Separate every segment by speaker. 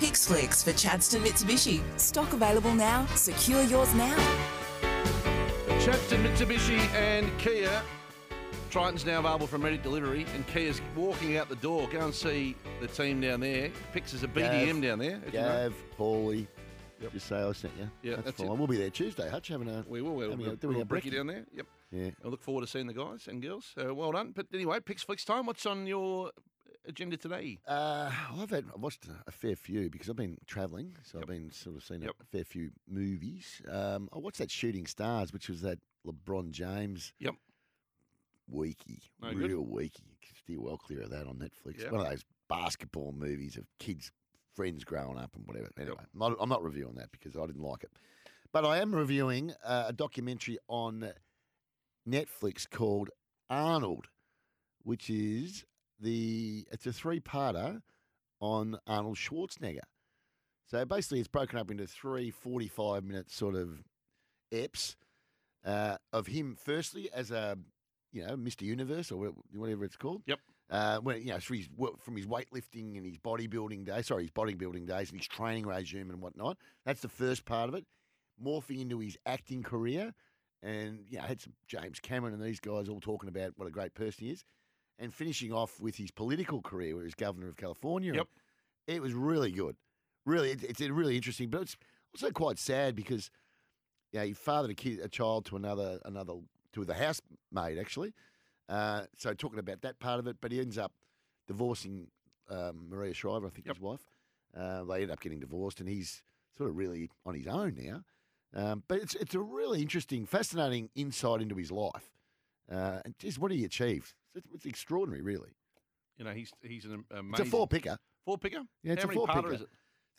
Speaker 1: Netflix for Chadston Mitsubishi.
Speaker 2: Stock available now. Secure yours now.
Speaker 3: Chadston, Mitsubishi, and Kia. Triton's now available for immediate delivery, and Kia's walking out the door. Go and see the team down there. Pix is a BDM
Speaker 4: Gav.
Speaker 3: down there. if you know.
Speaker 4: Gav, Paulie. Just say I sent you.
Speaker 3: Yeah,
Speaker 4: that's,
Speaker 3: that's
Speaker 4: fine.
Speaker 3: it.
Speaker 4: We'll be there Tuesday, Hutch, having a
Speaker 3: We will. We'll,
Speaker 4: having
Speaker 3: we'll,
Speaker 4: a, doing
Speaker 3: we'll
Speaker 4: our
Speaker 3: break you
Speaker 4: brekkie.
Speaker 3: down there. Yep.
Speaker 4: Yeah.
Speaker 3: I look forward to seeing the guys and girls. So well done. But anyway, Pix Flicks time. What's on your agenda today?
Speaker 4: Uh, I've had I've watched a fair few because I've been travelling, so I've been sort of seeing
Speaker 3: Yep.
Speaker 4: a fair few movies. Um, I watched that Shooting Stars, which was that LeBron James
Speaker 3: Yep.
Speaker 4: weeky,
Speaker 3: No good.
Speaker 4: real weeky. Steer well clear of that on Netflix.
Speaker 3: Yep.
Speaker 4: One of those basketball movies of kids, friends growing up and whatever. Anyway, I'm, not, I'm not reviewing that because I didn't like it, but I am reviewing uh, a documentary on Netflix called Arnold, which is the it's a three-parter on Arnold Schwarzenegger. So basically, it's broken up into three 45 minute sort of eps uh, of him, firstly, as a, you know, Mr. Universe or wha- whatever it's called.
Speaker 3: Yep.
Speaker 4: Uh, when, you know, through his, wo- from his weightlifting and his bodybuilding days, sorry, his bodybuilding days and his training regime and whatnot. That's the first part of it. Morphing into his acting career. And, you know, had some James Cameron and these guys all talking about what a great person he is. And finishing off with his political career, where he was governor of California.
Speaker 3: Yep.
Speaker 4: It was really good. Really, it, it's really interesting, but it's also quite sad because you know, he fathered a kid, a child to another, another to the housemaid actually. Uh, so talking about that part of it, but he ends up divorcing um, Maria Shriver, I think
Speaker 3: Yep.
Speaker 4: his wife. Uh, they end up getting divorced, and he's sort of really on his own now. Um, but it's it's a really interesting, fascinating insight into his life, uh, and just what he achieved. It's, it's extraordinary, really.
Speaker 3: You know, he's he's an amazing.
Speaker 4: It's a four picker.
Speaker 3: Four picker?
Speaker 4: Yeah, it's
Speaker 3: How
Speaker 4: a
Speaker 3: many parter
Speaker 4: four-picker.
Speaker 3: is it?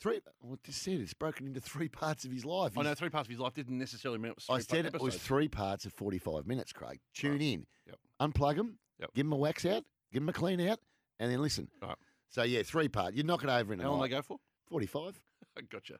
Speaker 4: Three. Well, I just said it's broken into three parts of his life.
Speaker 3: I know
Speaker 4: He's-
Speaker 3: Oh, three parts of his life didn't necessarily mean it was.
Speaker 4: I
Speaker 3: three
Speaker 4: said it was
Speaker 3: episodes.
Speaker 4: three parts of forty-five minutes. Craig, tune
Speaker 3: Right.
Speaker 4: in,
Speaker 3: Yep.
Speaker 4: unplug them,
Speaker 3: Yep.
Speaker 4: give them a wax out, give them a clean out, and then listen.
Speaker 3: Right.
Speaker 4: So yeah, three part. You knock it over in a
Speaker 3: How long
Speaker 4: night.
Speaker 3: they go for?
Speaker 4: Forty-five.
Speaker 3: I gotcha.